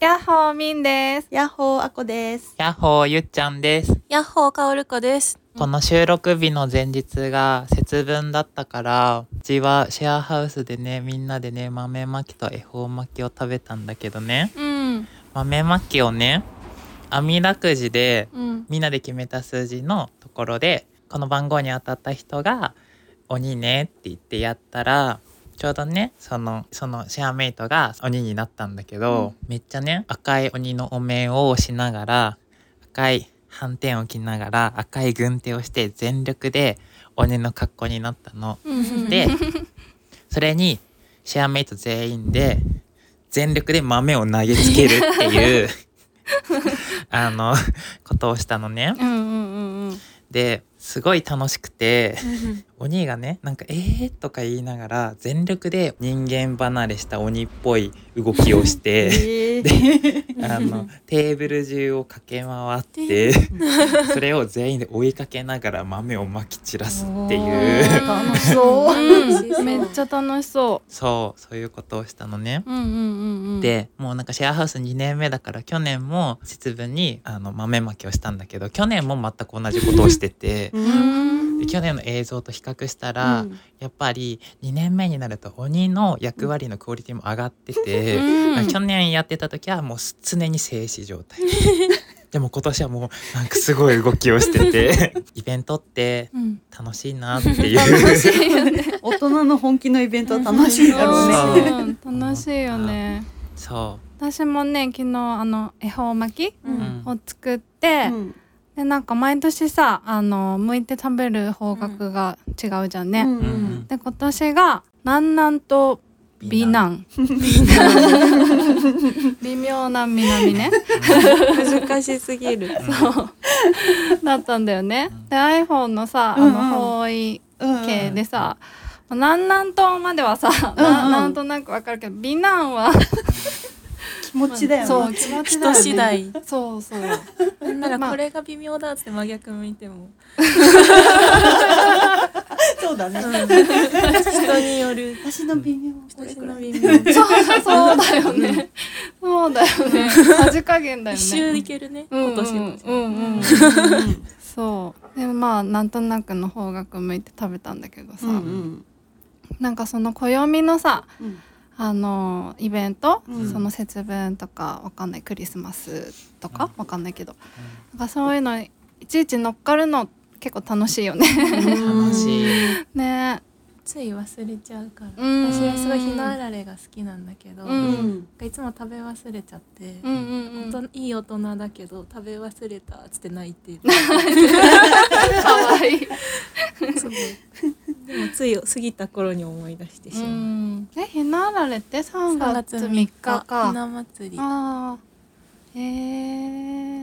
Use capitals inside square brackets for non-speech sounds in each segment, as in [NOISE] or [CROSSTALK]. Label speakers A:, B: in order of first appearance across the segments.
A: やっほーみんです。
B: ヤッホーあこです。
C: やっほーゆっちゃんです。
D: ヤッホーかおるこです。
C: この収録日の前日が節分だったから、うちはシェアハウスでね、みんなでね、豆巻きと恵方巻きを食べたんだけどね、
D: うん、
C: 豆巻きをね、網だくじで
D: うん、
C: みんなで決めた数字のところで、この番号に当たった人が、鬼ねって言ってやったら、ちょうどね、その、そのシェアメイトが鬼になったんだけど、めっちゃね、赤い鬼のお面をしながら、赤い斑点を着ながら、赤い軍手をして全力で鬼の格好になったの。
D: うん、
C: で、それに、シェアメイト全員で、全力で豆を投げつけるって
D: [LAUGHS]
C: いう、あの、ことをしたのね。
A: うんうんうんうん。
C: で、すごい楽しくて、鬼がねなんか「えー」とか言いながら全力で人間離れした鬼っぽい動きをし
D: [LAUGHS]
C: て
B: え
C: であのテーブル中を駆け回ってそれを全員で追いかけながら豆をまき散らすっていう
D: おー
B: 楽しそう。
A: うん、めっちゃ楽しそ
C: そうそういうことをしたのね。
A: う。うんうんうんうん。、
C: でもうなんかシェアハウス2年目だから去年も節分にあの豆まきをしたんだけど去年も全く同じことをしてて
A: [LAUGHS] うーん。
C: で去年の映像と比較したら、やっぱり2年目になると鬼の役割のクオリティも上がってて、
A: うん
C: 去年やってた時はもう常に静止状
A: [LAUGHS]
C: 態でも今年はもうなんかすごい動きをし
A: [LAUGHS]
C: ててイベントって
A: うん
C: 楽しいなっていう
B: 大人の本気のイベントは楽しいだろうね。
A: うん楽しいよね。
C: そ
A: 私もね昨日あの恵方巻き
C: う、
B: うん
C: うん
A: を作って、
B: うん
A: でなんか毎年さあの剥いて食べる方角が違うじゃんね。
B: うん
C: うん
A: で今年が南南と美南。 [LAUGHS] 微妙な南ね。
D: 難しす [LAUGHS] ぎる。
A: だったんだよね
C: うん。
A: で iPhone のさあ
B: うんうん
A: の方位
B: うん
A: 系でさ、南南東まではさ、な
B: うん
A: なんとなくわかるけど美南は
B: 気持ちだよね。
A: そう気持ちだよ
D: 人
A: ね
D: 次第。
A: そうそう
D: なんな
A: まあ
D: らこれが微妙だっつって真逆向いても。
B: そうだね。
D: 人による。
B: 私の微妙。
D: 私の微妙。
A: そうそうだよねそうだよねさじ加減だよ
D: 一
A: ね
D: 周いけるね。
A: うんうん
D: 今年も。
A: うんうんうんそうでまあなんとなくの方角向いて食べたんだけどさ、
B: うんうん
A: なんかその暦のさ
B: うん
A: あのイベント、
B: うん
A: その節分とかわかんないクリスマスとかわかんないけどなんかそういうのいちいち乗っかるの結構楽しいよ
D: [LAUGHS]
A: ね
C: 楽しい、
A: ね
D: つい忘れちゃうから。
A: うん
D: 私はすごいひなあられが好きなんだけど、
A: うん
D: なん
B: うん
D: かいつも食べ忘れちゃって。
A: うんうんうん
D: 本当いい大人だけど食べ忘れたっつって泣
A: [LAUGHS]
D: いてる
A: かわいい
D: すごいでもつい過ぎた頃に思い出してし
A: [LAUGHS] う
D: まう、
A: んえひなあられって3
D: 3
A: 月3日か
D: ひな祭りひ
A: あーへ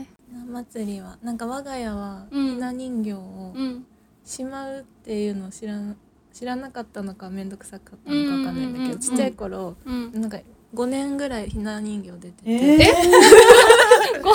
A: え
D: な祭りはなんか我が家は
A: うん
D: ひな人形を
A: うん
D: しまうっていうのを知らな知らなかったのか面倒くさかったのかわかんないんだ
A: うんうんうん
D: け
A: うん
D: どちっちゃい頃
A: うん
D: なんか5年ぐらいひな人形出てて、
B: え
A: ご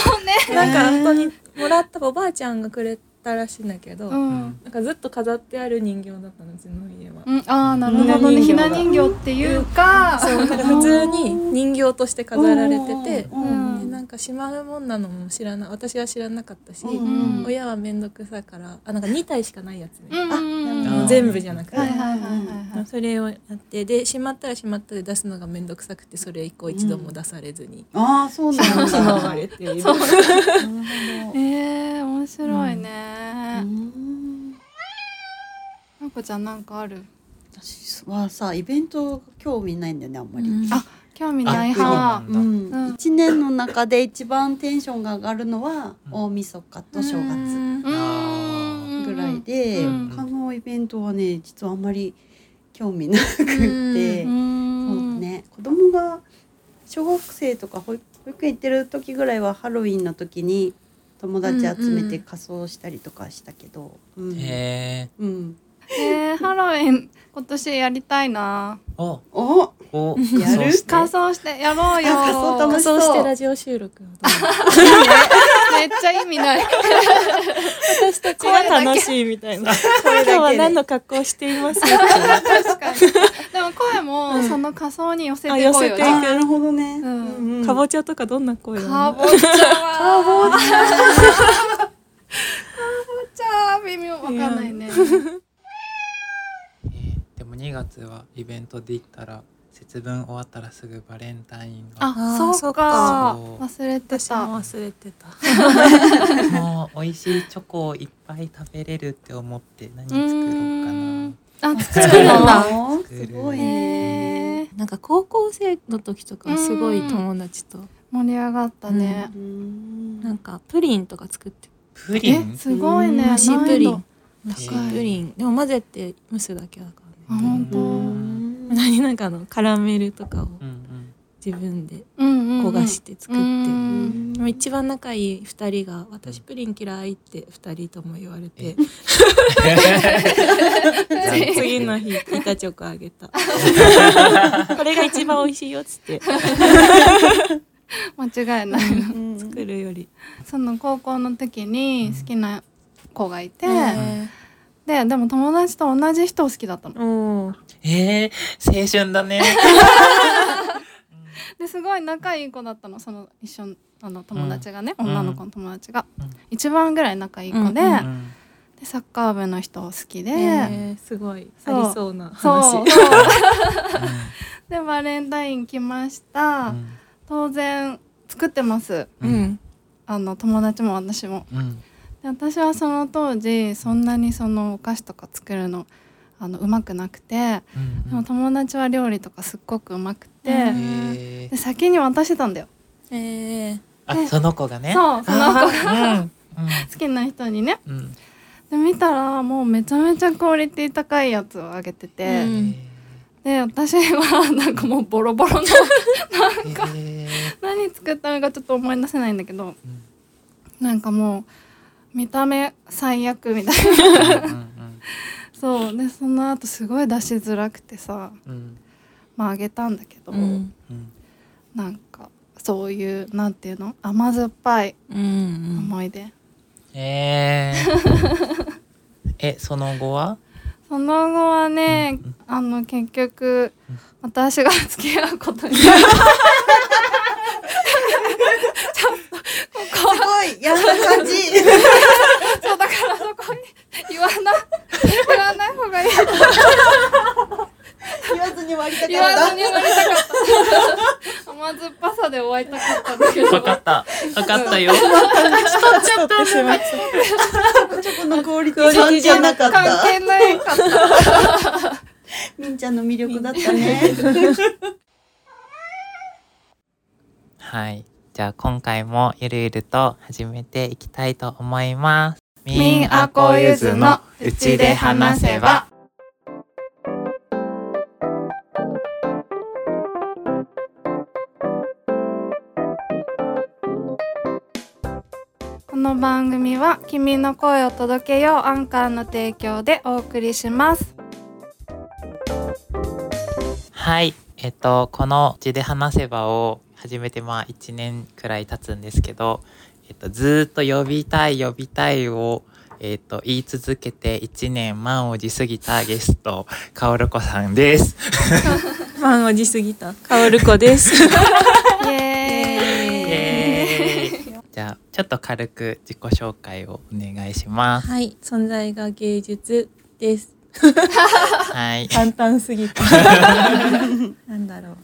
A: め
D: なんか本当にもらったおばあちゃんがくれたらしいんだけど、
A: んうん
D: なんかずっと飾ってある人形だったのうちの家は。
A: うん、ああなるほどねひ
D: ひ
A: な
D: な
A: 人
D: 人
A: 形っていうか
D: そうなんか普通に人形として飾られてて、
B: うん
D: でなんかしまうもんなのも知らな私は知らなかったし、
B: うん
A: うん
D: 親は面倒くさからあなんか2体しかないやつね、
A: うんうん
C: あ
A: うん
D: 全部じゃなくて、
A: はいはいはいはいはい
D: それをやってでしまったらしまったで出すのが面倒くさくてそれ以降一度も出されずに、
B: ああそうなんだ。
D: しまわれている
B: なるほど
A: えー、面白いね、
B: うん
A: なんかちゃんなんかある
B: 私はさイベント興味ないんだよねあんまり。
D: うん
A: あ興味ない
C: あ
A: 派
C: そうな
B: う
C: んだ
A: うん
B: ん、一年の中で一番テンションが上がるのは大晦日と正月
A: うーん
B: ぐらいで、
A: うん
B: 他のイベントはね実はあんまり興味なくっ
A: う、
B: て
D: う
B: そうんね子供が小学生とか保育保育園行ってる時ぐらいはハロウィンの時に友達集めて仮装したりとかしたけど、うん
C: へえ
B: うん
A: えー、ハロウィン今年やりたいな
C: お
B: お
C: お
B: や
C: 仮装
B: る
C: して
A: 仮装してやろうよ
B: あ仮装楽
D: 仮
B: しそう
D: 装してラジオ収録をどうぞ
A: めっちゃ意味 [LAUGHS] ない。
D: 私たちが楽しいみたいな。
B: 声だけで
D: 今日は何の格好をしていますか。 [LAUGHS]
A: 確かに。でも声もその仮装に寄せていこうよ
D: あ寄
A: ね。
D: せ
B: あなるほどね。
A: うん
B: うんうん
D: かぼちゃとかどんな声を
A: かぼちゃは。かぼちゃ。 [LAUGHS] かぼちゃ微妙わかんないね。
C: でも2月はイベントできたら節分終わったらすぐバレンタインが
A: あ、
D: あ
A: そ
D: ーそ
A: っ
D: っ
A: か
D: か。
A: 忘れて
D: 私
A: た。
D: [LAUGHS] も忘れてた。
C: もう美味しいチョコをいっぱい食べれるって思って何
A: う
C: 作ろうか
A: ー。
C: なん
A: あ、
D: 作
A: 作る
D: るん
A: ん
D: だ
A: だ。
B: すごい
A: へ
B: ね。
A: え。
D: なんか高校生の時とかすごい友達と
A: 盛り上がったね。
B: うん
D: なんかプリンとか作って
C: プリ
A: え、
C: ン
A: すごいね。
D: 蒸し
A: 難易
D: プリ
A: 度
D: ン。蒸しプリンでも混ぜて蒸すだけだから
A: あ、
D: ね
A: 本当。
D: 何 [LAUGHS] なんかあのカラメルとかを
C: うんうん
D: 自分で
A: うんうんうん。
D: 焦がして作って、
A: うん
C: ん
D: でも一番仲いい2人が「私プリン嫌い」って2人とも言われ [LAUGHS] て次の日板チョコあげ [LAUGHS] たこれが一番美味しいよっつって
A: 間違いない。
D: 作るより。
A: その高校の時に好きな子がいて、
D: え
A: ででも友達と同じ人を好きだったの。
D: おー
C: えー、青春だね
A: ですごい仲いい子だったのその一緒のあの友達がね、
C: うん
A: 女の子の友達が、
C: うん
A: 一番ぐらい仲いい子で,、
D: うんう
C: うん
A: でサッカー部の人を好きで、
D: えーすごい
A: そう
D: ありそうな話
A: そう [LAUGHS] でバレンタイン来ました、当然作ってます
C: う
D: うんん
A: あの友達も私も
C: うん
A: で私はその当時そんなにそのお菓子とか作るのあのうまくなくて
C: うん
A: でも友達は料理とかすっごくうまくて、
D: う
C: うんんえ
A: で
C: ー
A: 先に渡してたんだよ、
D: えー
C: あその子がね
A: そうその子 [LAUGHS] が
C: が
A: 好きな人にね
C: うんうん
A: で見たらもうめちゃめちゃクオリティ高いやつをあげてて、
D: うん
A: で私はなんかもうボロボロ
C: [LAUGHS]
A: の
C: なんかえー
A: 何作ったのかちょっと思い出せないんだけど
C: うん
A: なんかもう見た目最悪みたいな
C: うん
A: そうでその後すごい出しづらくてさ
C: うんうん
A: まああげたんだけど、
D: うん
C: うん
A: なんかそういうなんていうの甘酸っぱい
D: うんうん
A: 思い出、
C: えーえその後は
A: その後はね、
C: うん
A: あの結局私が付き合うことに
B: すごいやんな感じ。
A: そうだからそこに言わない言わない方がいい
B: 言わずに終わりたかった。
A: 言わずに言われたかった [LAUGHS] 甘酸っぱさで終わりたかったんだけど
C: わかったわかったよ
D: ちょっとしまった
B: チョコのクオリティ関係なかっ
A: 関
B: た。
A: 係ないかった
B: みんちゃんの魅力だったね。
C: はい。じゃあ今回もゆるゆると始めていきたいと思います。
A: ミンアコユズのうちで話せば。この番組は「君の声を届けよう」アンカーの提供でお送りし [LAUGHS] ます。
C: はい。えっと、このうちで話せばを始めてまあ1年くらい経つんですけど、えっと、ずーっと呼びたい呼びたいを、えっと、言い続けて1年満を持すぎたゲスト、かおるこさんです。
D: 満を持すぎたカオルコです
A: イエーイ
C: イエーイじゃあちょっと軽く自己紹介をお願いします。
D: [LAUGHS]
C: [LAUGHS]
D: はい存在が芸術です
C: はい。
D: 簡単す [LAUGHS] ぎたなんだろう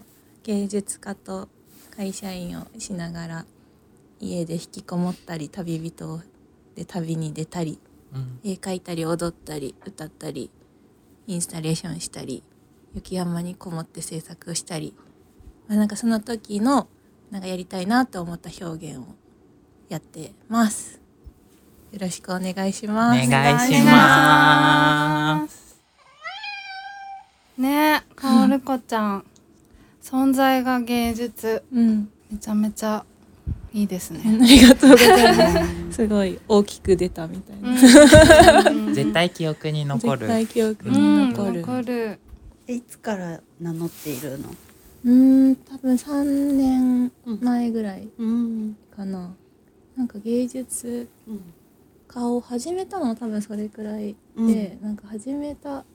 D: 芸術家と会社員をしながら家で引きこもったり旅人で旅に出たり
C: うん
D: 絵描いたり踊ったり歌ったりインスタレーションしたり雪山にこもって制作をしたり、まあ、なんかその時のなんかやりたいなと思った表現をやってます。よろしくお願いし
C: お
D: ます。
C: 願いし
A: お願いし
C: ま。
A: ますねえかおるこちゃん存在が芸術
D: うん、 [LAUGHS]
A: めちゃめちゃいいですね。
D: ありがとうございます。すごい大きく出たみ
A: [LAUGHS]
D: たいな。
A: うん
C: 絶対記憶に残
D: 絶
C: る。
D: 対記憶
A: うん
D: に
A: 残
D: 残
A: る,、
D: る。うん、
B: いつから名乗っているの？
D: 多分三年前ぐらい
B: うん。
D: かな。なんか芸術
B: うん
D: 家を始めたのは多分それくらい
B: うん
D: で、なんか始めた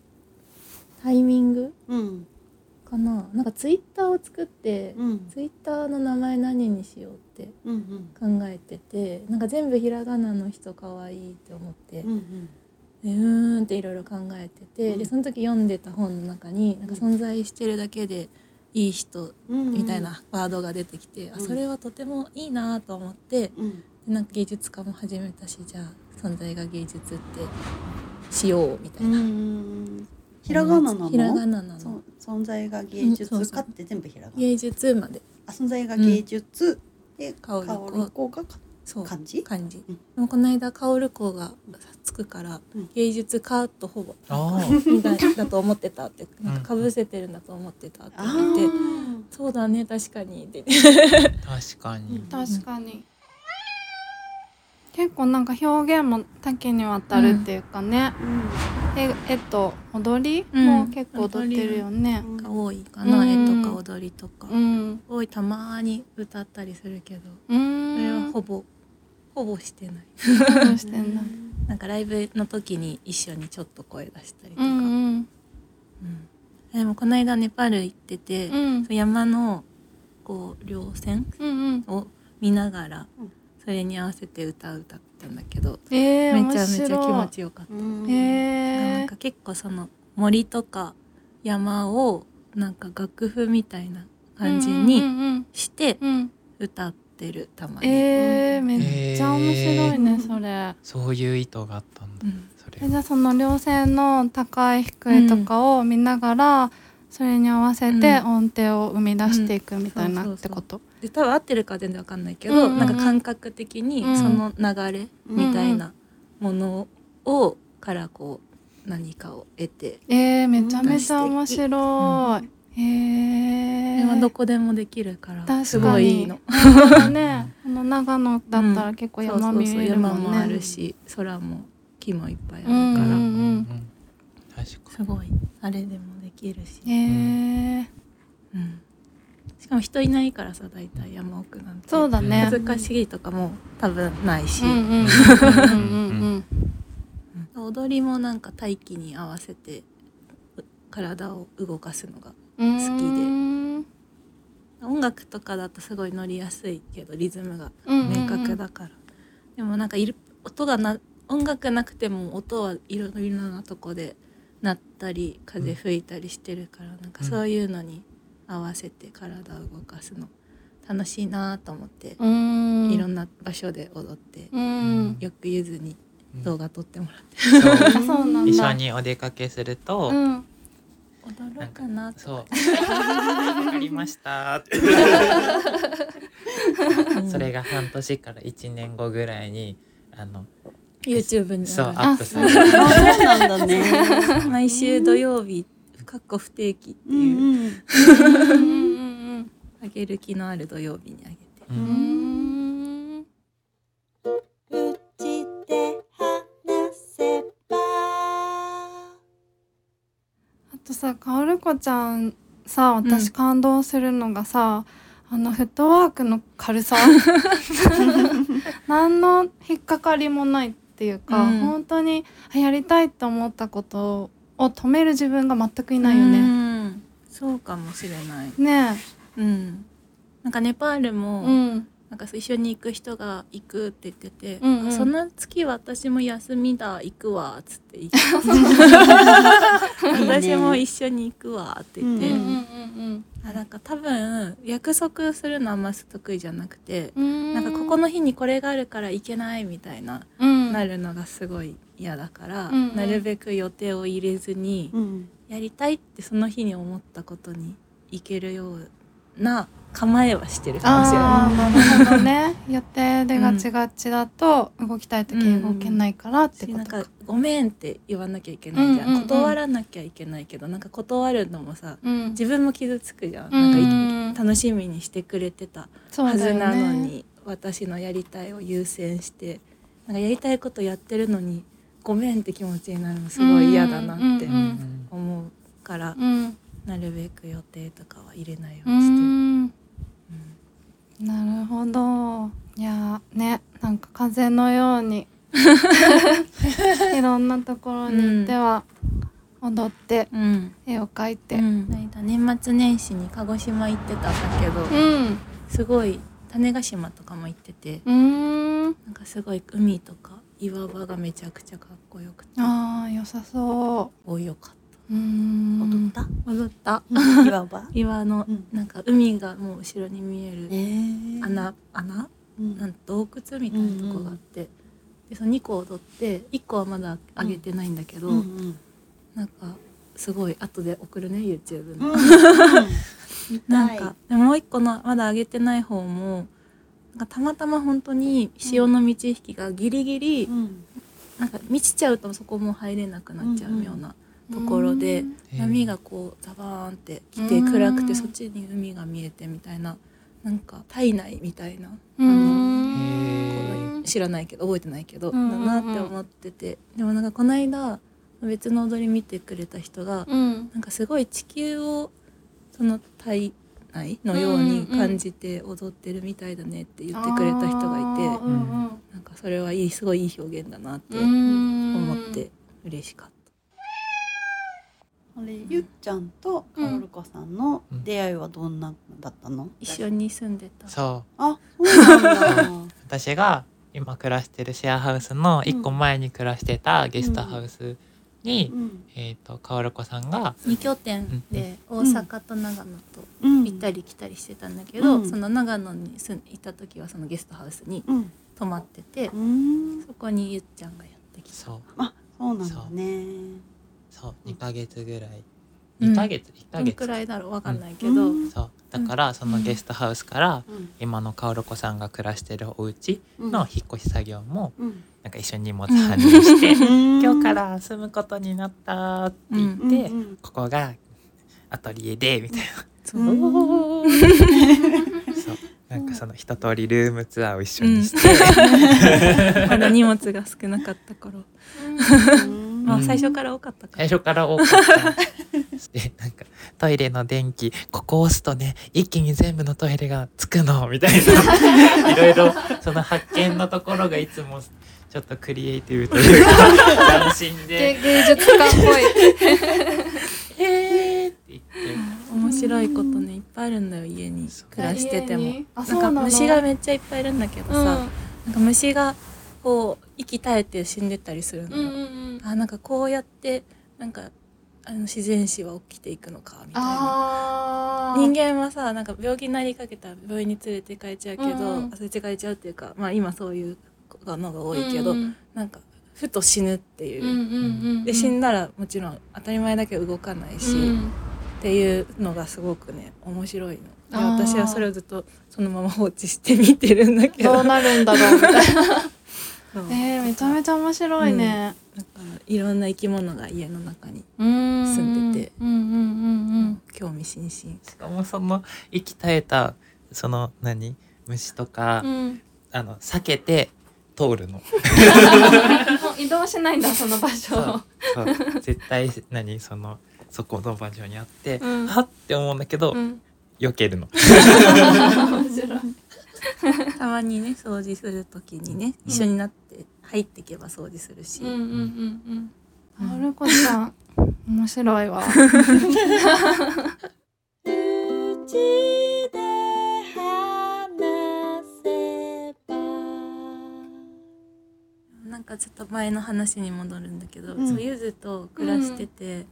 D: タイミング
B: うん
D: かななんかツイッターを作って、
B: うん
D: ツイッターの名前何にしようって
B: うんうん
D: 考えててなんか全部ひらがなの人可愛いって思って、
B: うんうん
D: でうーんっていろいろ考えてて、
B: うん
D: でその時読んでた本の中になんか存在してるだけでいい人
B: うん
D: みたいなワードが出てきて、
B: う
D: あ
B: ん
D: それはとてもいいなと思って
B: うん
D: でなんか芸術家も始めたしじゃあ存在が芸術ってしようみた
B: う
D: いな、
B: んひらがななの
D: ひらがなな
B: そ
D: の
B: う存在が芸
D: うん
B: 術
D: そう
B: か
D: そう
B: って全部ひらがな
D: 芸術まで
B: あ存在が芸術で
D: 香
B: 香
D: る
B: り
D: 子
B: 子がか
D: そう
B: 漢字
D: 感じ、
B: うん
D: でもこの間薫子がつくから、
B: うん
D: 芸術家とほぼ
C: あ
D: みたいだと思ってたってなんかぶせてるんだと思ってたって
B: あ
D: 言って、
B: ー
D: そうだね確かにって
C: 確かに
B: うん
A: 確かに、結構なんか表現も多岐にわたるっていうかね、ええっと踊り
D: うん
A: も結構踊ってるよね
B: うん
D: が多いかな、
A: うん
D: 絵とか踊りとか、
A: うん
D: 多いたまに歌ったりするけ
A: う
D: どそれは
A: ん
D: ほぼほぼしてない
A: どうしてんだ
D: なんかライブの時に一緒にちょっと声出したりと
A: う
D: か、
A: んうん
D: うんでもこの間ネパール行ってて、
A: うん
D: 山のこう稜線
A: うんうん
D: を見ながら
B: うん
D: それに合わせて歌を歌ったんだけど、
A: えー、
D: めちゃめちゃ気持
A: 面白
D: ちよかった。
B: うん
A: い
D: な
A: え
D: んか結構その森とか山をなんか楽譜みたいな感じ
A: うんう
D: に
A: んうん
D: して
A: うんうん
D: 歌ってるたまに、
A: えー、
B: うん
A: めっちゃ面白いねそれ。
C: そういう意図があったんだ
D: うん
C: それ
A: えじゃあその稜線の高い低いとかを見ながら、それに合わせて
D: うん
A: 音程を生み出していくみたい
D: うんそ
A: な
D: う
A: っ
D: そうそ
A: て
D: う
A: こと、
D: で多分合ってるかは全然わかんないけど、
A: うんうんうん
D: なんか感覚的に
A: うん
D: その流れみたいなものをからこう何かを得て、
A: えー、めちゃめちゃ面白い、
D: そ
A: え
D: れは
A: ー、
D: どこでもできるから
A: 確かに
D: すごいいいの。
A: ねこの長野だったら結構
D: そうそ
A: 山
D: う
A: 見
D: そう
A: えるも
D: 山
A: んね
D: もあるし空も木もいっぱいある
A: う
D: か
A: ん
D: ら、
A: うん
C: うん確か
D: すごいあれでもできるし。
A: えー、
D: うんしかも人いないからさ大体山奥なんて
A: そうだね
D: 恥ずかしいとかも多分ないし、
A: うんうんうんうんうん
D: 踊りもなんか大気に合わせてう体を動かすのが
A: うん
D: 好き
A: う
D: で
A: ん
D: 音楽とかだとすごい乗りやすいけどリズムが
A: うん
D: 明確だから、でもなんかいる音がな音楽なくても音はいろいろなとこで鳴ったり風吹いたりしてるから、なんかそういうのに合わせて体を動かすの楽しいなと思って
A: うん
D: いろんな場所で踊って、
A: うん
D: よくゆず
C: に
D: に動画撮ってもらって、
C: うんそう
A: あそうなんだ
C: 一緒にお出かけすると、
A: うん
D: 踊ろうかなと
C: そう「わかりました」それが半年から1年後ぐらいにあの
D: YouTube に
C: そう
D: あ
C: ア
A: あ
C: ップ
A: そ
C: さ
A: う
C: れる
B: あそうなんだね。
D: る [LAUGHS] 毎週土曜日かっこ不定期って
B: う
D: いう、
B: んうん。
A: うんうん
D: あげる気のある土曜日にあげて
C: う
A: うんんうん
B: うちで話せば。
A: あとさ、かおるこちゃんさ、
D: うん
A: 私感動するのがさ、あのフットワークの軽
D: [LAUGHS]
A: さ。 [LAUGHS] 何の引っかかりもないっていうか、
D: うん
A: 本当にあやりたいと思ったことを止める自分が全くいないよね。
D: ねそうかもしれない
A: ね
D: うんなんかネパール
A: え、
D: も、
A: うん、
D: なんかそう一緒に行く人が行くって言ってて、
A: うんうん
D: あその月私も休みだ行くわっつって [LAUGHS] 行って私も一緒に行くわって言って、
A: うんうん
B: ん
D: あなんか多分約束するのあんま得意じゃなくて、
A: うんうん。
D: なんかここの日にこれがあるから行けないみたいな、
A: うん、
D: なるのがすごい嫌だから、
A: うんうん
D: なるべく予定を入れずに、
B: うん。
D: やりたいってその日に思ったことに行けるような構えはしてるかもしれない。
A: ああ、なるほど
D: [LAUGHS]
A: ね。予定でガチガチだと動きたい時に動けないからって
D: し
A: こ
D: な
A: と
D: ん
A: か
D: か。「ごめん」って言わなきゃいけないじゃん,、
A: うんうんうん
D: 断らなきゃいけないけどなんか断るのもさ
A: うん、
D: 自分も傷つくじゃん,、
A: うん
D: なんかい楽しみにしてくれてた
A: そう
D: は
A: だ
D: ず
A: よね
D: なのに、私のやりたいを優先してなんかやりたいことやってるのに「ごめん」って気持ちになるのすごい嫌だなって
A: うんうん
D: 思うから、
A: うん
D: なるべく予定とかは入れないよ
A: う
D: うにしてる。
A: ん
D: うん
A: なるほどいやーねなん風のようにいろんなところに行っては踊って
D: うん
A: 絵を描いて
D: で、この間年末年始に鹿児島行ってたんだけど、
A: うん
D: すごい種子島とかも行ってて
A: うーん
D: なんかすごい海とか岩場がめちゃくちゃかっこよくて
A: あー良さそ
D: およかっ
A: ううーん
B: 踊った
D: た踊った
B: いわば
D: 岩の
B: うん
D: なんか海がもう後ろに見える
B: ー
D: 穴穴
B: うん
D: なん洞窟みたいなとこがあって、でその2個踊って1個はまだ上げてないんだけど、
B: うんうん
D: なんかすごい後で送るね YouTube
B: う
D: の、
B: んうん
D: なんかでもう1個のまだ上げてない方もなんかたまたま本当に潮の満ち引きがギリギリ、
B: うん
D: なんか満ちちゃうとそこも入れなくなっちゃ
B: うんう
D: うんようなところで、
A: うん
C: へえ
D: 波がこうザバーンって来て
A: うん
D: 暗くてそっちに海が見えてみたいななんか体内みたいな
A: うーん
D: 知らないけど覚えてないけど、
A: うんうんうん
D: だなって思っててでもなんかこの間別の踊り見てくれた人が、
A: うん
D: なんかすごい地球をその体内のように感じて踊ってるみたいだねって言ってくれた人がいて、
A: あーうん
D: なんかそれはいいすごいいい表現だなって
A: うんうーん
D: 思って嬉しかった。
B: あれゆっちゃんとかおるこさんの出会いはどんなだったの？
D: 一緒に住んでた
C: そう
B: あ、そうなんだ。
C: 私が今暮らしてるシェアハウスの一個前に暮らしてたゲストハウスに、
B: うん
C: えっ、とかおるこさんが
D: 2拠点で大阪と長野と
B: うん
D: 行ったり来たりしてたんだけど、
B: うん
D: その長野に住んいた時はそのゲストハウスに
B: うん。
D: 泊まってて、
B: うん。
D: そこにゆっちゃんがやってきた
C: そう
B: あ、そうなんだね。
C: そう2ヶ月ぐらい
D: うん
C: 2ヶ月、一
D: ど
C: ヶ
D: ん
C: 月
D: くらいだろうわかんない
B: け
D: けど、
B: ど、
C: そうだからそのゲストハウスから
B: うん
C: 今のかおるこさんが暮らしてるお家
B: うん
C: の引っ越し作業も
B: うん
C: なんか一緒に荷物搬入して「今
B: 今
C: 日から住むことになった」って言って、
B: うん
C: ここがアトリエでみたい
D: そう
B: うん
C: [LAUGHS] なそうなんかその一通りルームツアーを一緒にして、
D: まだ荷物が少なかった頃、
B: う
D: [LAUGHS]
B: ん
D: まあ最初から多かったから、
C: 最初から多かった。でなんかトイレの電気ここ押すとね一気に全部のトイレがつくのみたい
B: [LAUGHS]
C: ないろいろその発見のところがいつもちょっとクリエイティブというか斬新で
A: 芸芸術家っぽい
C: 「えー!」って言って
D: 面白いことねいっぱいあるんだよ家に
C: そう
D: 暮らしてて
A: 家
D: も
A: にあ
D: なん
A: そうな
D: か
A: の
D: 虫がめっちゃいっぱいいるんだけどさ、
A: うん
D: なんか虫がこう息絶えて死んでったりするの
A: う
D: よ、
A: んうんうん
D: あなんかこうやってなんかあの自然死は起きていくのかみたいな
A: あー
D: 人間はさなんか病気になりかけたら病院に連れて帰っちゃうけど、
A: うんうん
D: 連れて帰っちゃうっていうかまあ今そういうのが多いけど、
A: うん
D: なんかふと死ぬっていう
A: うんうん
D: う、
A: うんうん
D: で死んだらもちろん当たり前だけど動かないし、
A: う
D: っ
A: ん
D: ていうのがすごくね面白いの。で
A: あー
D: 私はそれをずっとそのまま放置して見てるんだけ
A: ど
D: ど
A: うなるんだろうみたいな
D: [LAUGHS] そう
A: えー、めちゃめちゃ面白いね、
D: なんかいろんな生き物が家の中に、
A: うん、
D: 住んでて
A: うんうんうん
D: 興味津々。
C: しかもその息絶えたその何虫とか、
A: うんうん
C: あの避けて通るの。
A: もう移動しないんだその場所
C: そ
A: を
C: うそう絶対何そのそこの場所にあって、
A: うん
C: はって思うんだけど、
A: うん、
C: 避けるの。
A: 面白い
D: たまにね掃除するときにね、一緒になって入っていけば掃除するし、
A: うんうんうんう
D: うん
A: んあるこちゃん面白いわ
D: なんかちょっと前の話に戻るんだけど、
B: うん
D: そうゆずと暮らしてて、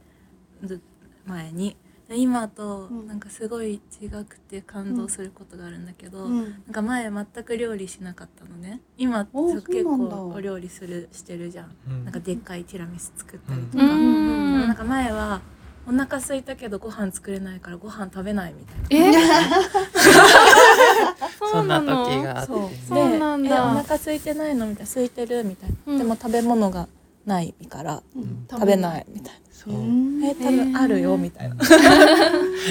D: ず前にで今と
B: うん
D: なんかすごい違くて感動することがあるんだけど、
B: うん
D: なんか前全く料理しなかったのね今
B: おそうなんだ
D: 結構お料理するしてるじゃん
C: うん
D: なんかでっかいティラミス作ったりと
A: う
D: か、
A: んうんう
D: なん
A: ん
D: か前はお腹空いたけどご飯作れないからご飯食べないみたいな
A: え
C: そ
A: そうん
C: な
A: なの
C: 時があって
D: そう
A: そうなんだ
D: でえお腹空いてないのみたいな空いてるみたいな、
A: うん
D: でも食べ物がないから
B: うん
D: 食べないみたい
C: そうう、
D: な、
B: ん
D: え多分あるよみたいな、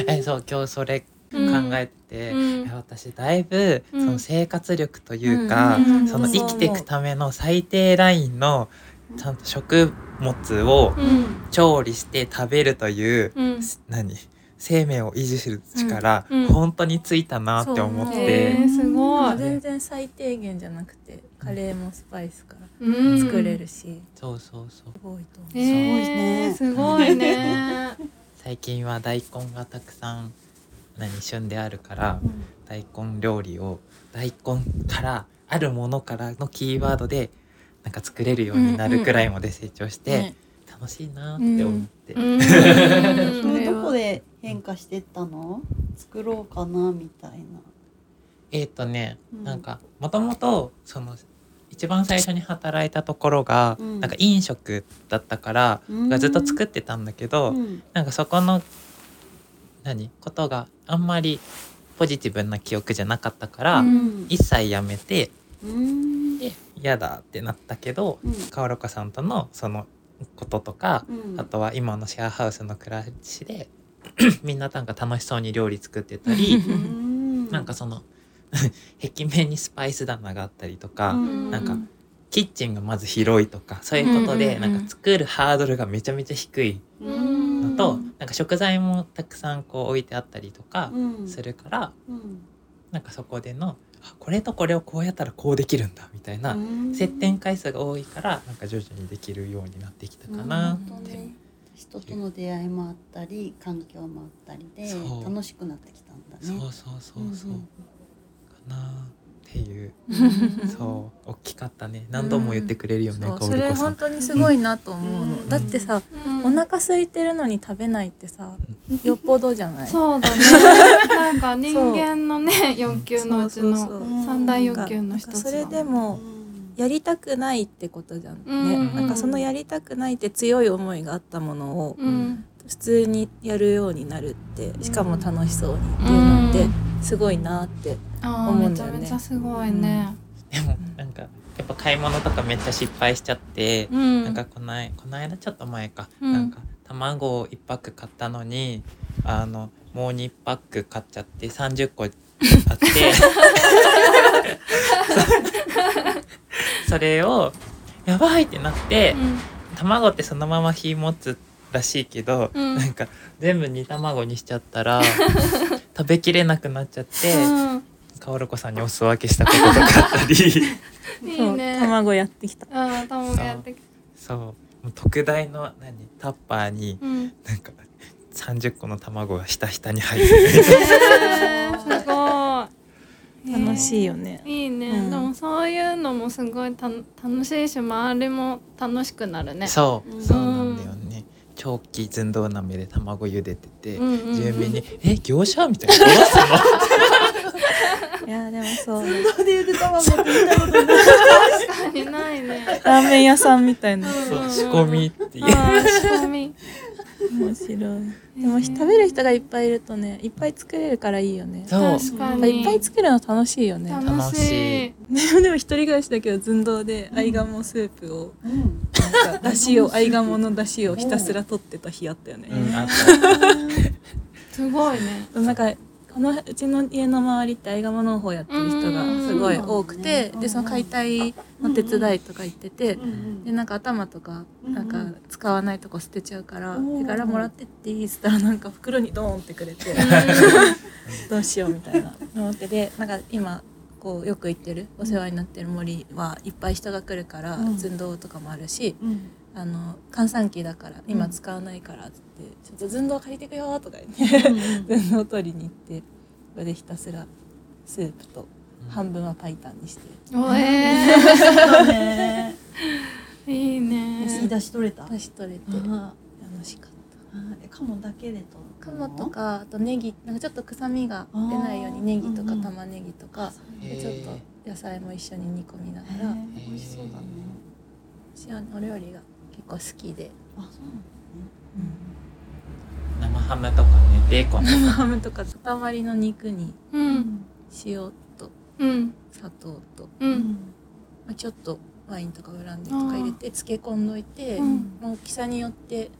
C: えそう今日それ考
A: うん
C: えて、
A: うん
C: いや私だいぶ、
A: うん
C: その生活力というか、
A: うんうん
C: その生きていくための最低ラインのちゃんと食物を
A: うん
C: 調理して食べるという、
A: うん
C: す何生命を維持する力、
A: うんうん
C: 本当についたなって思っ
D: そう
A: へ
C: て
A: ーすごい
D: 全然最低限じゃなくてカレーもスパイスから
A: うん
D: 作れるし、
C: そうそうそう
D: すごいと思う、
A: え
C: い
A: ーすごい [LAUGHS] ね。
C: 最近は大根がたくさん何旬であるから、大根料理を大根からあるものからのキーワードでなんか作れるようになるくらいまで成長して、
D: ね
C: 楽しいなって思って、
A: うん
B: それどこで変化してったの作ろうかなみたいな
C: えっ、とね、
B: うん
C: なんかもともとその一番最初に働いたところが、
B: うん
C: なんか飲食だったから、
B: うん
C: ずっと作ってたんだけど、
B: うん
C: なんかそこの何ことがあんまりポジティブな記憶じゃなかったから、
A: うん
C: 一切やめて
B: うん
C: で嫌だってなったけど
B: うん
C: 川岡さんとのそのこととか、
B: うん
C: あとは今のシェアハウスの暮らしで [CLEARS THROAT] みんななんか楽しそうに料理作ってたり。
B: うん
C: なんかその [LAUGHS] 壁面にスパイス棚があったりとか、
B: うん
C: なんかキッチンがまず広いとかそういうことで、
D: うんうんうん
C: なんか作るハードルがめちゃめちゃ低い
B: うん
C: のと、なんか食材もたくさんこう置いてあったりとか
B: うん
C: するから、
B: うん
C: なんかそこでのあこれとこれをこうやったらこうできるんだみたいな、
B: うん
C: 接点回数が多いからなんか徐々にできるようになってきたかなって、
B: うん人との出会いもあったり環境もあったりで
C: そう
B: 楽しくなってきたんだね
C: そうそうそうそう、
B: うんうん
C: かなっていう
D: うん
C: そう大きかったね何度も言ってくれるよね、
D: そう
C: かお
D: そ
C: り
D: れ
C: こさ
D: 本
C: ん。
D: 当にすごいなと思うの、
B: うん
D: だってさ、
A: うん
D: お腹空いてるのに食べないってさよっぽどじゃない
A: そうだ
D: [LAUGHS]
A: ね。なんか人間のね欲求のうち
D: そう
A: の
D: そうそう
A: 三大欲求の一つだもん。
D: それで
B: う
D: も
B: ん
D: やりたくないってことじゃんね、
A: うん
D: なんかそのやりたくないって強い思いがあったものを
A: うん
D: 普通にやるようになるってしかも楽しそうにって
A: う
D: いうんのってすごいなって
A: あ
D: 思
A: ー
D: うん
A: めち
D: だ
A: ゃ
D: よね
A: めちゃすごいね。
C: でもなんかやっぱ買い物とかめっちゃ失敗しちゃって、
A: うん。
C: なんかこないこの間ちょっと前か、
A: うん
C: なんか卵を1パック買ったのにあのもう2パック買っちゃって30個あって
A: [LAUGHS]
C: それをやばいってなって、卵ってそのまま火持つらしいけど、
A: うん
C: なんか全部煮卵にしちゃった
A: [LAUGHS]
C: ら食べきれなくなっちゃって。
A: うん
C: かおるこさんにお裾分けしたこととかあったり
A: [LAUGHS] うん。いいね。
D: そう卵やってきた
A: うん卵やってきて。
C: そうもう特大の何タッパーに
A: うん。
C: なんか30個の卵がひたひたに入ってて
A: へーすごい。
D: 楽しいよ
A: ね。
D: ね、
A: いいね、
D: うん
A: でもそういうのもすごいた楽しいし周りも楽しくなるね。
C: そううんそうなんだよね長期寸胴鍋で卵茹でてて、
A: うんうんうん
C: 住民に「え業者?」みたいな「どうすんの?」
D: いやでもそうね
B: それで卵って言ったことない
A: 確かにないね。
D: ラーメン屋さんみたいな
C: そう仕込みっていう
A: あー仕込み。
D: 面白い [LAUGHS] でも食べる人がいっぱいいるとねいっぱい作れるからいいよね
C: そう
A: 確か
D: なんか
A: に。
D: いっぱい作るの楽しいよね
A: 楽しい。
D: でもでも一人暮らしだけど寸胴で合鴨スープをなんか出汁を合鴨の出汁をひたすら取ってた日あったよね、
C: うんあった
A: すごいね。
D: なんかこのうちの家の周りって合鴨農法やってる人がすごい多くて、
B: うん
D: でその解体の手伝いとか行ってて、
B: うん
D: でなんか頭とか
B: うん
D: なんか使わないとこ捨てちゃうから「
B: うん
D: 手柄もらってっていい?」っつったらなんか袋にドーンってくれて「 [LAUGHS] どうしよう」みたいな思ってでなんか今こうよく行ってるお世話になってる森はいっぱい人が来るから
B: うん
D: 寸胴とかもあるし、
B: うん
D: あの閑散期だから今使わないからっつって「ちょっと寸胴借りてくよ」とか言って。分の取りに行ってこれでひたすらスープと半分はパイタンにして
A: おえ
B: そうね
A: ー、いいね。
B: 吸い出し取れた
D: 出し取れて
B: あ
D: 楽しかった
B: ーえ鴨だけでと
D: 鴨とかあとネギなんかちょっと臭みが出ないようにネギとか玉ねぎとかでちょっと野菜も一緒に煮込みなが
B: へ
D: ら
B: ー美味しそうだね
D: 私はお料理が結構好きで
B: あそうなんだ
C: 生
B: ね
C: ハムとかねベーコンとか
D: 生ハムとか塊の肉に
A: うん、
D: 塩と
A: うん、
D: 砂糖と、
A: う、
B: うん
D: まあ、ちょっとワインとかブランデーとか入れて漬け込んどいて、
A: うんん。
D: 大きさによって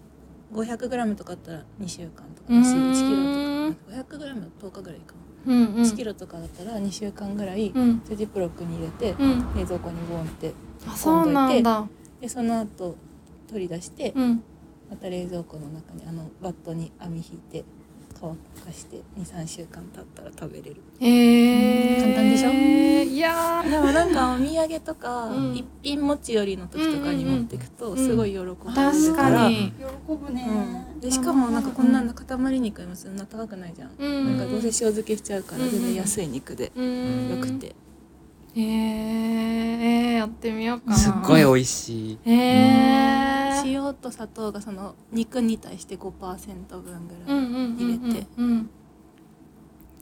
D: 500g とかあったら2週間とか
A: うーん
D: 1 k g とか 500g10 日ぐらいかな、
A: うん、うん、
D: 1 k g とかだったら2週間ぐらい、
A: うん、
D: ジップロックに入れて、
A: うん、
D: 冷蔵庫にボンって
A: あ、そうなんだ。
D: でその後取り出して、
A: うん、
D: また冷蔵庫の中にあのバットに網引いて皮を溶かして23週間経ったら食べれる
A: えー、
D: 簡単でしょ
A: いやー
D: でもなんかお土産とか、
A: うん
D: 一品持ち寄りの時とかに持っていく
A: う
D: と
A: んうんうん
D: すごい喜ぶ
A: 確か
D: ら
A: に、
B: 喜ぶね、
D: うん、でしかもなんかこんなの塊肉もそんな高くないじゃん、
A: うん
D: なんかどうせ塩漬けしちゃうから全然安い肉で
A: うん
D: よくて、
A: えー、えー、やってみようかな
C: すっごい美味しい
A: えー、
D: 塩と砂糖がその肉に対して5%分
A: う
D: ぐらい、
A: んうんうんうん
D: 入れて
A: うん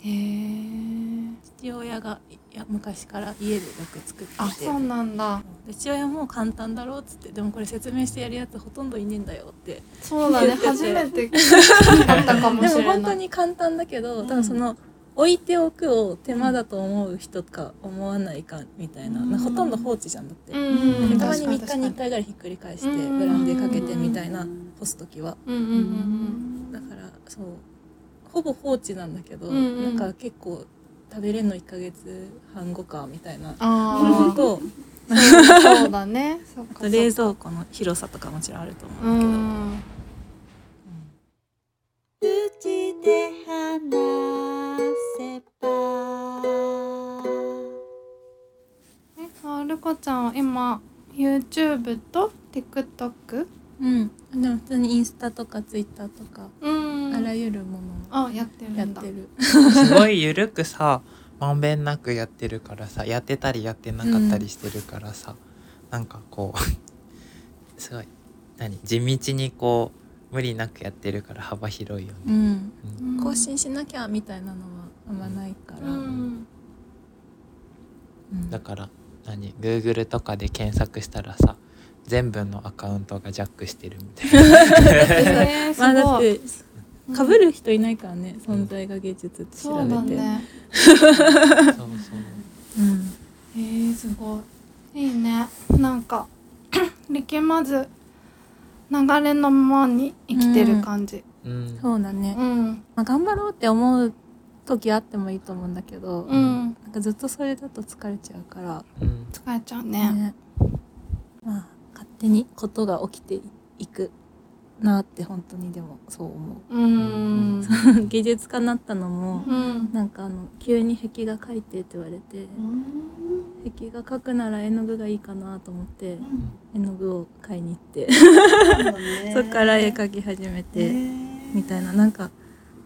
A: へえ
D: 父親がいや昔から家でよく作ってて
A: あそうなんだ
D: で父親も簡単だろうっつってでもこれ説明してやるやつほとんどいねえんだよって
A: そうだね [LAUGHS]
D: 言ってて
A: 初めて聞いたかも
D: で
A: し
D: も
A: れない
D: 本当に簡単だけど、
A: うん
D: 多分その置いておくを手間だと思う人か思わないかみたいな、
A: うん
D: なんかほとんど放置じゃんだって、
A: うんうん
D: たまに3
A: 確
D: 日
A: か
D: に1
A: 確か
D: 回ぐらいひっくり返して
A: うん
D: ブランデーかけてみたいな、
B: うん
D: 干す時は
A: うんうん
D: だからそうほぼ放置なんだけど、
A: うんうん
D: なんか結構食べれんの1ヶ月半後かみたいな
A: あ
D: のと
A: あ [LAUGHS] そうだねそっかそ
D: あと
A: っか
D: 冷蔵庫の広さとかもちろんあると
A: う
D: 思うんだけど、
A: ん
B: 口で話せば
A: えあるかちゃんは今 YouTube と TikTok
D: うんでも普通にインスタとかツイッターとか、
A: うん
D: あらゆるものを
A: あやって
D: や
A: る
D: っ
A: んだ
D: てる
C: すごいゆるくさまんべんなくやってるからさやってたりやってなかったりしてるからさ、なんかこうすごい何地道にこう無理なくやってるから幅広いよ
D: う
C: ね。
D: ん
C: うん
A: うん
D: 更新しなきゃみたいなのはあんまないから、
A: うん
D: うん
C: だから何 Google とかで検索したらさ全部のアカウントがジャックしてるみた
D: [LAUGHS]
C: いな
A: えーす [LAUGHS]
D: まあだっ
A: ごい
D: てかぶる人いないからね存在が芸術って調
A: そう
D: べ
A: だ
D: て、
A: ね
C: そうそう
D: うん
A: えー、すごいいいねなんか [CLEARS THROAT] 力まず流れのままに生きてる感じ
C: うん
D: そうだね、
A: うん
D: まあ、頑張ろうって思う時あってもいいと思うんだけど、
A: うん、
D: なんかずっとそれだと疲れちゃうから、
C: うん
A: 疲れちゃうね
D: ねまあ勝手にことが起きていくなって本当にでもそう思
A: うんうん
D: う芸術家になったのも
A: うん
D: なんかあの急に壁画描いてって言われて、壁画描くなら絵の具がいいかなと思って絵の具を買いに行って、 [LAUGHS] そっから絵描き始めて、みたいななんか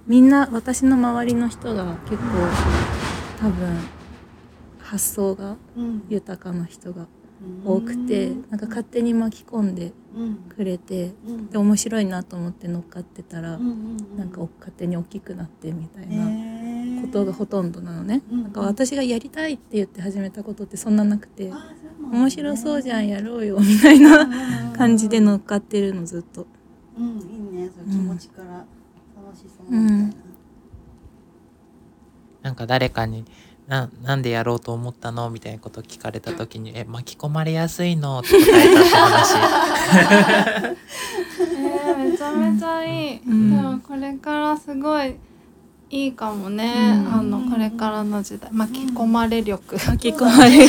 D: みんな私の周りの人が結構多分発想が豊かな人が多くてなんか勝手に巻き込んでくれてで面白いなと思って乗っかってたらなんかお勝手に大きくなってみたいなことがほとんどなのね。
B: うん
D: なんか私がやりたいって言って始めたことってそんななくて面白そうじゃんやろうよみたいな感じで乗っかってるのずっと。
B: うんいいねその気持ちから楽しそうみたいな
C: なんか誰かにななんでやろうと思ったのみたいなこと聞かれた時に「え巻き込まれやすいの?」って答えたって
D: [LAUGHS]
C: 話
A: えー、めちゃめちゃいい、
D: うん
A: でもこれからすごいいいかもね、
D: うん
A: あのこれからの時代巻き込まれ力
D: 巻き込まれる
B: ねいい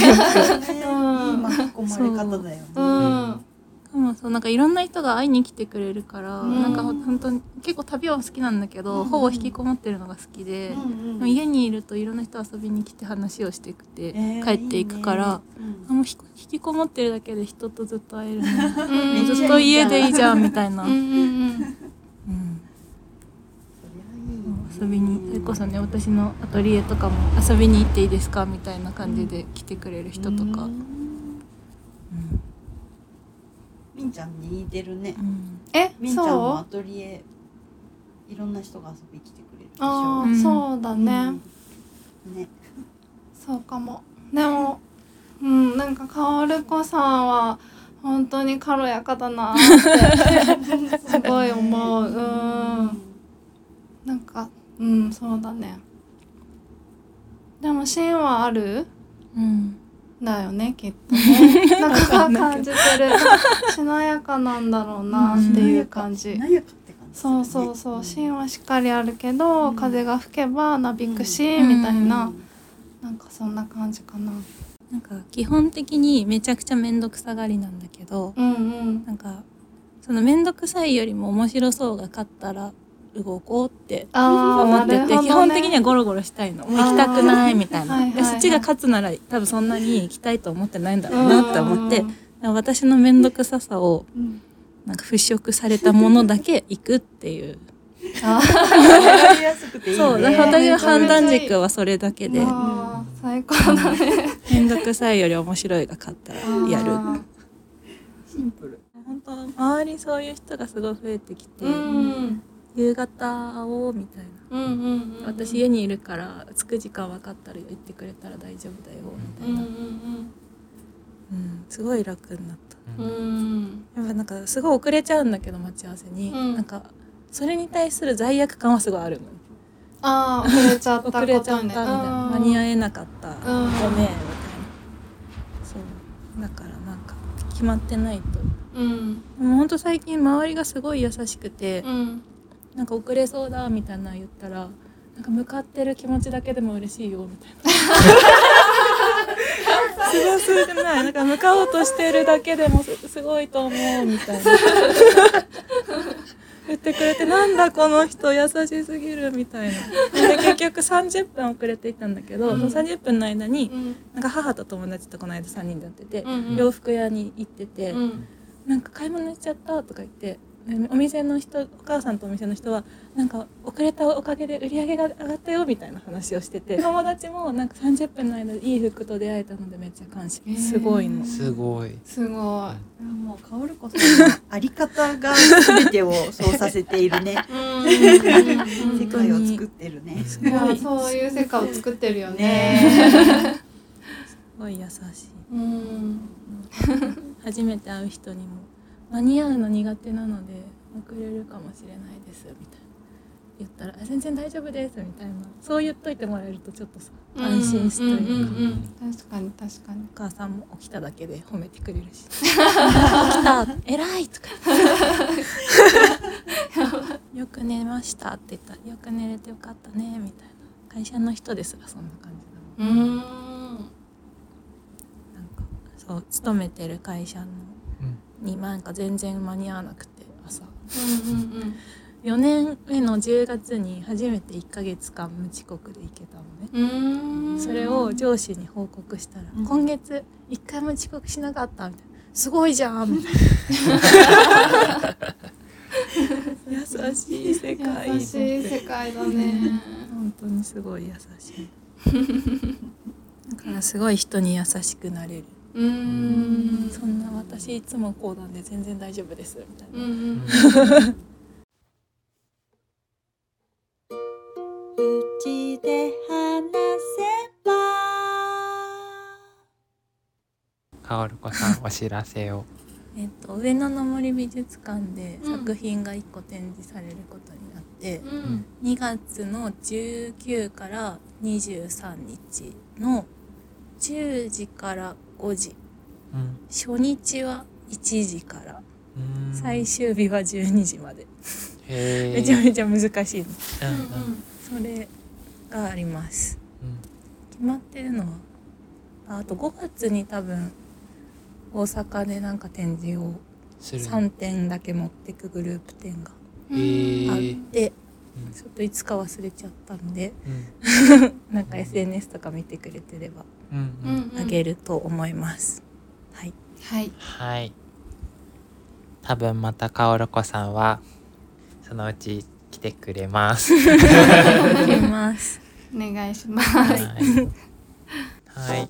B: 巻き込まれ方だよね
A: う
B: うん
A: ん、
D: でもそうなんかいろんな人が会いに来てくれるから、
A: うん
D: なんか本当に結構旅は好きなんだけど、
B: うん
D: ほぼ引きこもってるのが好きで、でも家にいるといろんな人遊びに来て話をしてくて、
B: えー
D: 帰っていくから、
B: いいね
D: あもうひ引きこもってるだけで人とずっと会えるね
A: うん
B: めっちゃいい
D: ずっと家でいいじゃんみたいな、
A: うんうん
D: うん
B: そりゃいいね
D: 遊びにそれこそね私のアトリエとかも遊びに行っていいですかみたいな感じで来てくれる人とか、
B: う
D: うん
B: んみんちゃんに似てるね
D: うん
A: うん、
B: み
A: え
B: んちゃんも
A: そ
B: ア
A: う
B: トリエいろんな人が遊びに来てくれるでしょ
A: あ
D: う
A: あ
D: ん
A: そうだね、
B: うんね
A: そうかもでもうんなんか薫子さんは本当に軽やかだなってすごい思ううんなんかうんそうだねでも芯はある
D: うん
A: だよねきっと
B: [LAUGHS]
A: ねなん
D: わか
A: か
D: んない
A: 感じ
D: け
A: てるなんかしなやかなんだろうなっていう感じ
B: しなやかって感じだ
A: そ
B: ね
A: うそうそう
B: うん
A: 芯はしっかりあるけど、
B: うん
A: 風が吹けばなびくし、
D: うん
A: みたいな、
B: うん
A: なんかそんな感じかな
D: なんか基本的にめちゃくちゃ面倒くさがりなんだけど、
A: うんうん
D: なんかその面倒くさいよりも面白そうが勝ったら動こうって
A: あ
D: 思
A: あ
D: ってて、基本的にはゴロゴロしたいのもう行きたくないみたい
A: あーはい
D: な
A: はい
D: で
A: はい
D: そっちが勝つなら多分そんなに行きたいと思ってないんだろうなって思ってだから私の面倒くささを
B: うん
D: なんか払拭されたものだけ行くっていう
B: 選びやすくていいね。
D: そうだから私の判断軸はそれだけで
A: あー最高だね
D: 面倒くさいより面白いが勝ったらやる
B: シンプル。
D: 本当周りそういう人がすごい増えてきて、
A: うん
D: 夕方会おうみたいな、
A: うんうんうん
D: 私家にいるから着く時間分かったら行ってくれたら大丈夫だよみた
A: う
D: い
A: ん
D: な、
A: うん
D: うんすごい楽になった
A: うんうん
D: やっぱなんかすごい遅れちゃうんだけど待ち合わせに、
A: うん
D: なんかそれに対する罪悪感はすごいあるの
A: ああ遅れちゃったこと
D: 遅
A: ね
D: れちゃったみたいな間に合えなかった、
A: ん
D: ごめんみたいなそうだからなんか決まってないと
A: うん
D: でもほんと最近周りがすごい優しくて、
A: うん
D: なんか遅れそうだみたいなの言ったらなんか向かってる気持ちだけでも嬉しいよみたいなすごいすごくないなんか向かおうとしてるだけでもすすごいと思うみたいな言ってくれてなんだこの人優しすぎるみたいなで結局30分遅れていったんだけど、
A: うん
D: その30分の間に
A: うん
D: なんか母と友達とこの間3人でやってて、
A: うんうん
D: 洋服屋に行ってて、
A: うん
D: なんか買い物しちゃったとか言ってでお店の人お母さんとお店の人はなんか遅れたおかげで売り上げが上がったよみたいな話をしてて友達もなんか30分の間でいい服と出会えたのでめっちゃ感謝
A: へー
D: すごいの
C: すごい
A: すごい
B: もう薫子さんのあり方が全てをそうさせているね。
A: うん
B: 世界を作ってるね。
A: いやそういう世界を作ってるよね
D: すごい優しい
A: うん
D: 初めて会う人にも間に合うの苦手なので遅れるかもしれないですみたいな言ったらあ全然大丈夫ですみたいなそう言っといてもらえるとちょっとさ安心するというか、
A: うんうんうん確かに確かに
D: お母さんも起きただけで褒めてくれるし「 [LAUGHS] 起きた偉い!」と [LAUGHS] か「よく寝ました」って言ったら「よく寝れてよかったね」みたいな会社の人ですらそんな感
A: う
D: じだもん、なんか
A: ん
D: そう勤めてる会社の
C: うん
D: になんか全然間に合わなくて朝
A: うんうんうん
D: 4年目の10月に初めて1ヶ月間無遅刻で行けたのね
A: うーん
D: それを上司に報告したら「
B: うん
D: 今月一回も遅刻しなかった」みたいな「すごいじゃん」みたい
A: [LAUGHS]
D: な優しい世界
A: 優しい世界だね
D: 本当にすごい優しいだからすごい人に優しくなれる、
A: うーん
D: そんな私いつもこうなんで全然大丈夫ですみたいな、
A: うんうん
B: うちで話せば。
C: かおるこさんお知らせを
D: えっと上野の森美術館で
A: うん
D: 作品が1個展示されることになって、
A: うん
D: 2月の19から23日の10時から5時
C: うん
D: 初日は1時から
C: うん
D: 最終日は12時まで
C: へー
D: めちゃめちゃ難しいの
C: う
A: うん
C: うん
A: ん
D: それがあります
C: うん
D: 決まってるのはああと5月に多分大阪でなんか展示を
C: する
D: 3点だけ持ってくグループ展が
A: う
C: へ
A: ん
C: ー
D: あって
C: うん
D: ちょっといつか忘れちゃったんで
C: うん
D: なんか SNS とか見てくれてれば
C: う
A: うん
C: うん
A: んうん
D: あげると思います。はい。
A: はい
C: はい多分またかおるこさんはそのうち来てくれます
D: 行きます。
A: お願いします
C: はい。はい。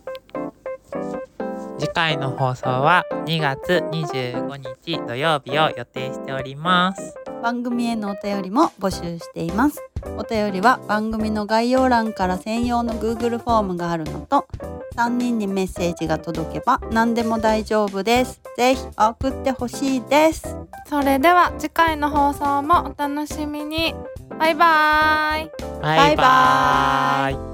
C: 次回の放送は2月25日土曜日を予定しております。
B: 番組へのお便りも募集していますお便りは番組の概要欄から専用の Google フォームがあるのと3人にメッセージが届けば何でも大丈夫ですぜひ送ってほしいです
A: それでは次回の放送もお楽しみにバイバイ
C: バイバ
B: バイバ
C: イ。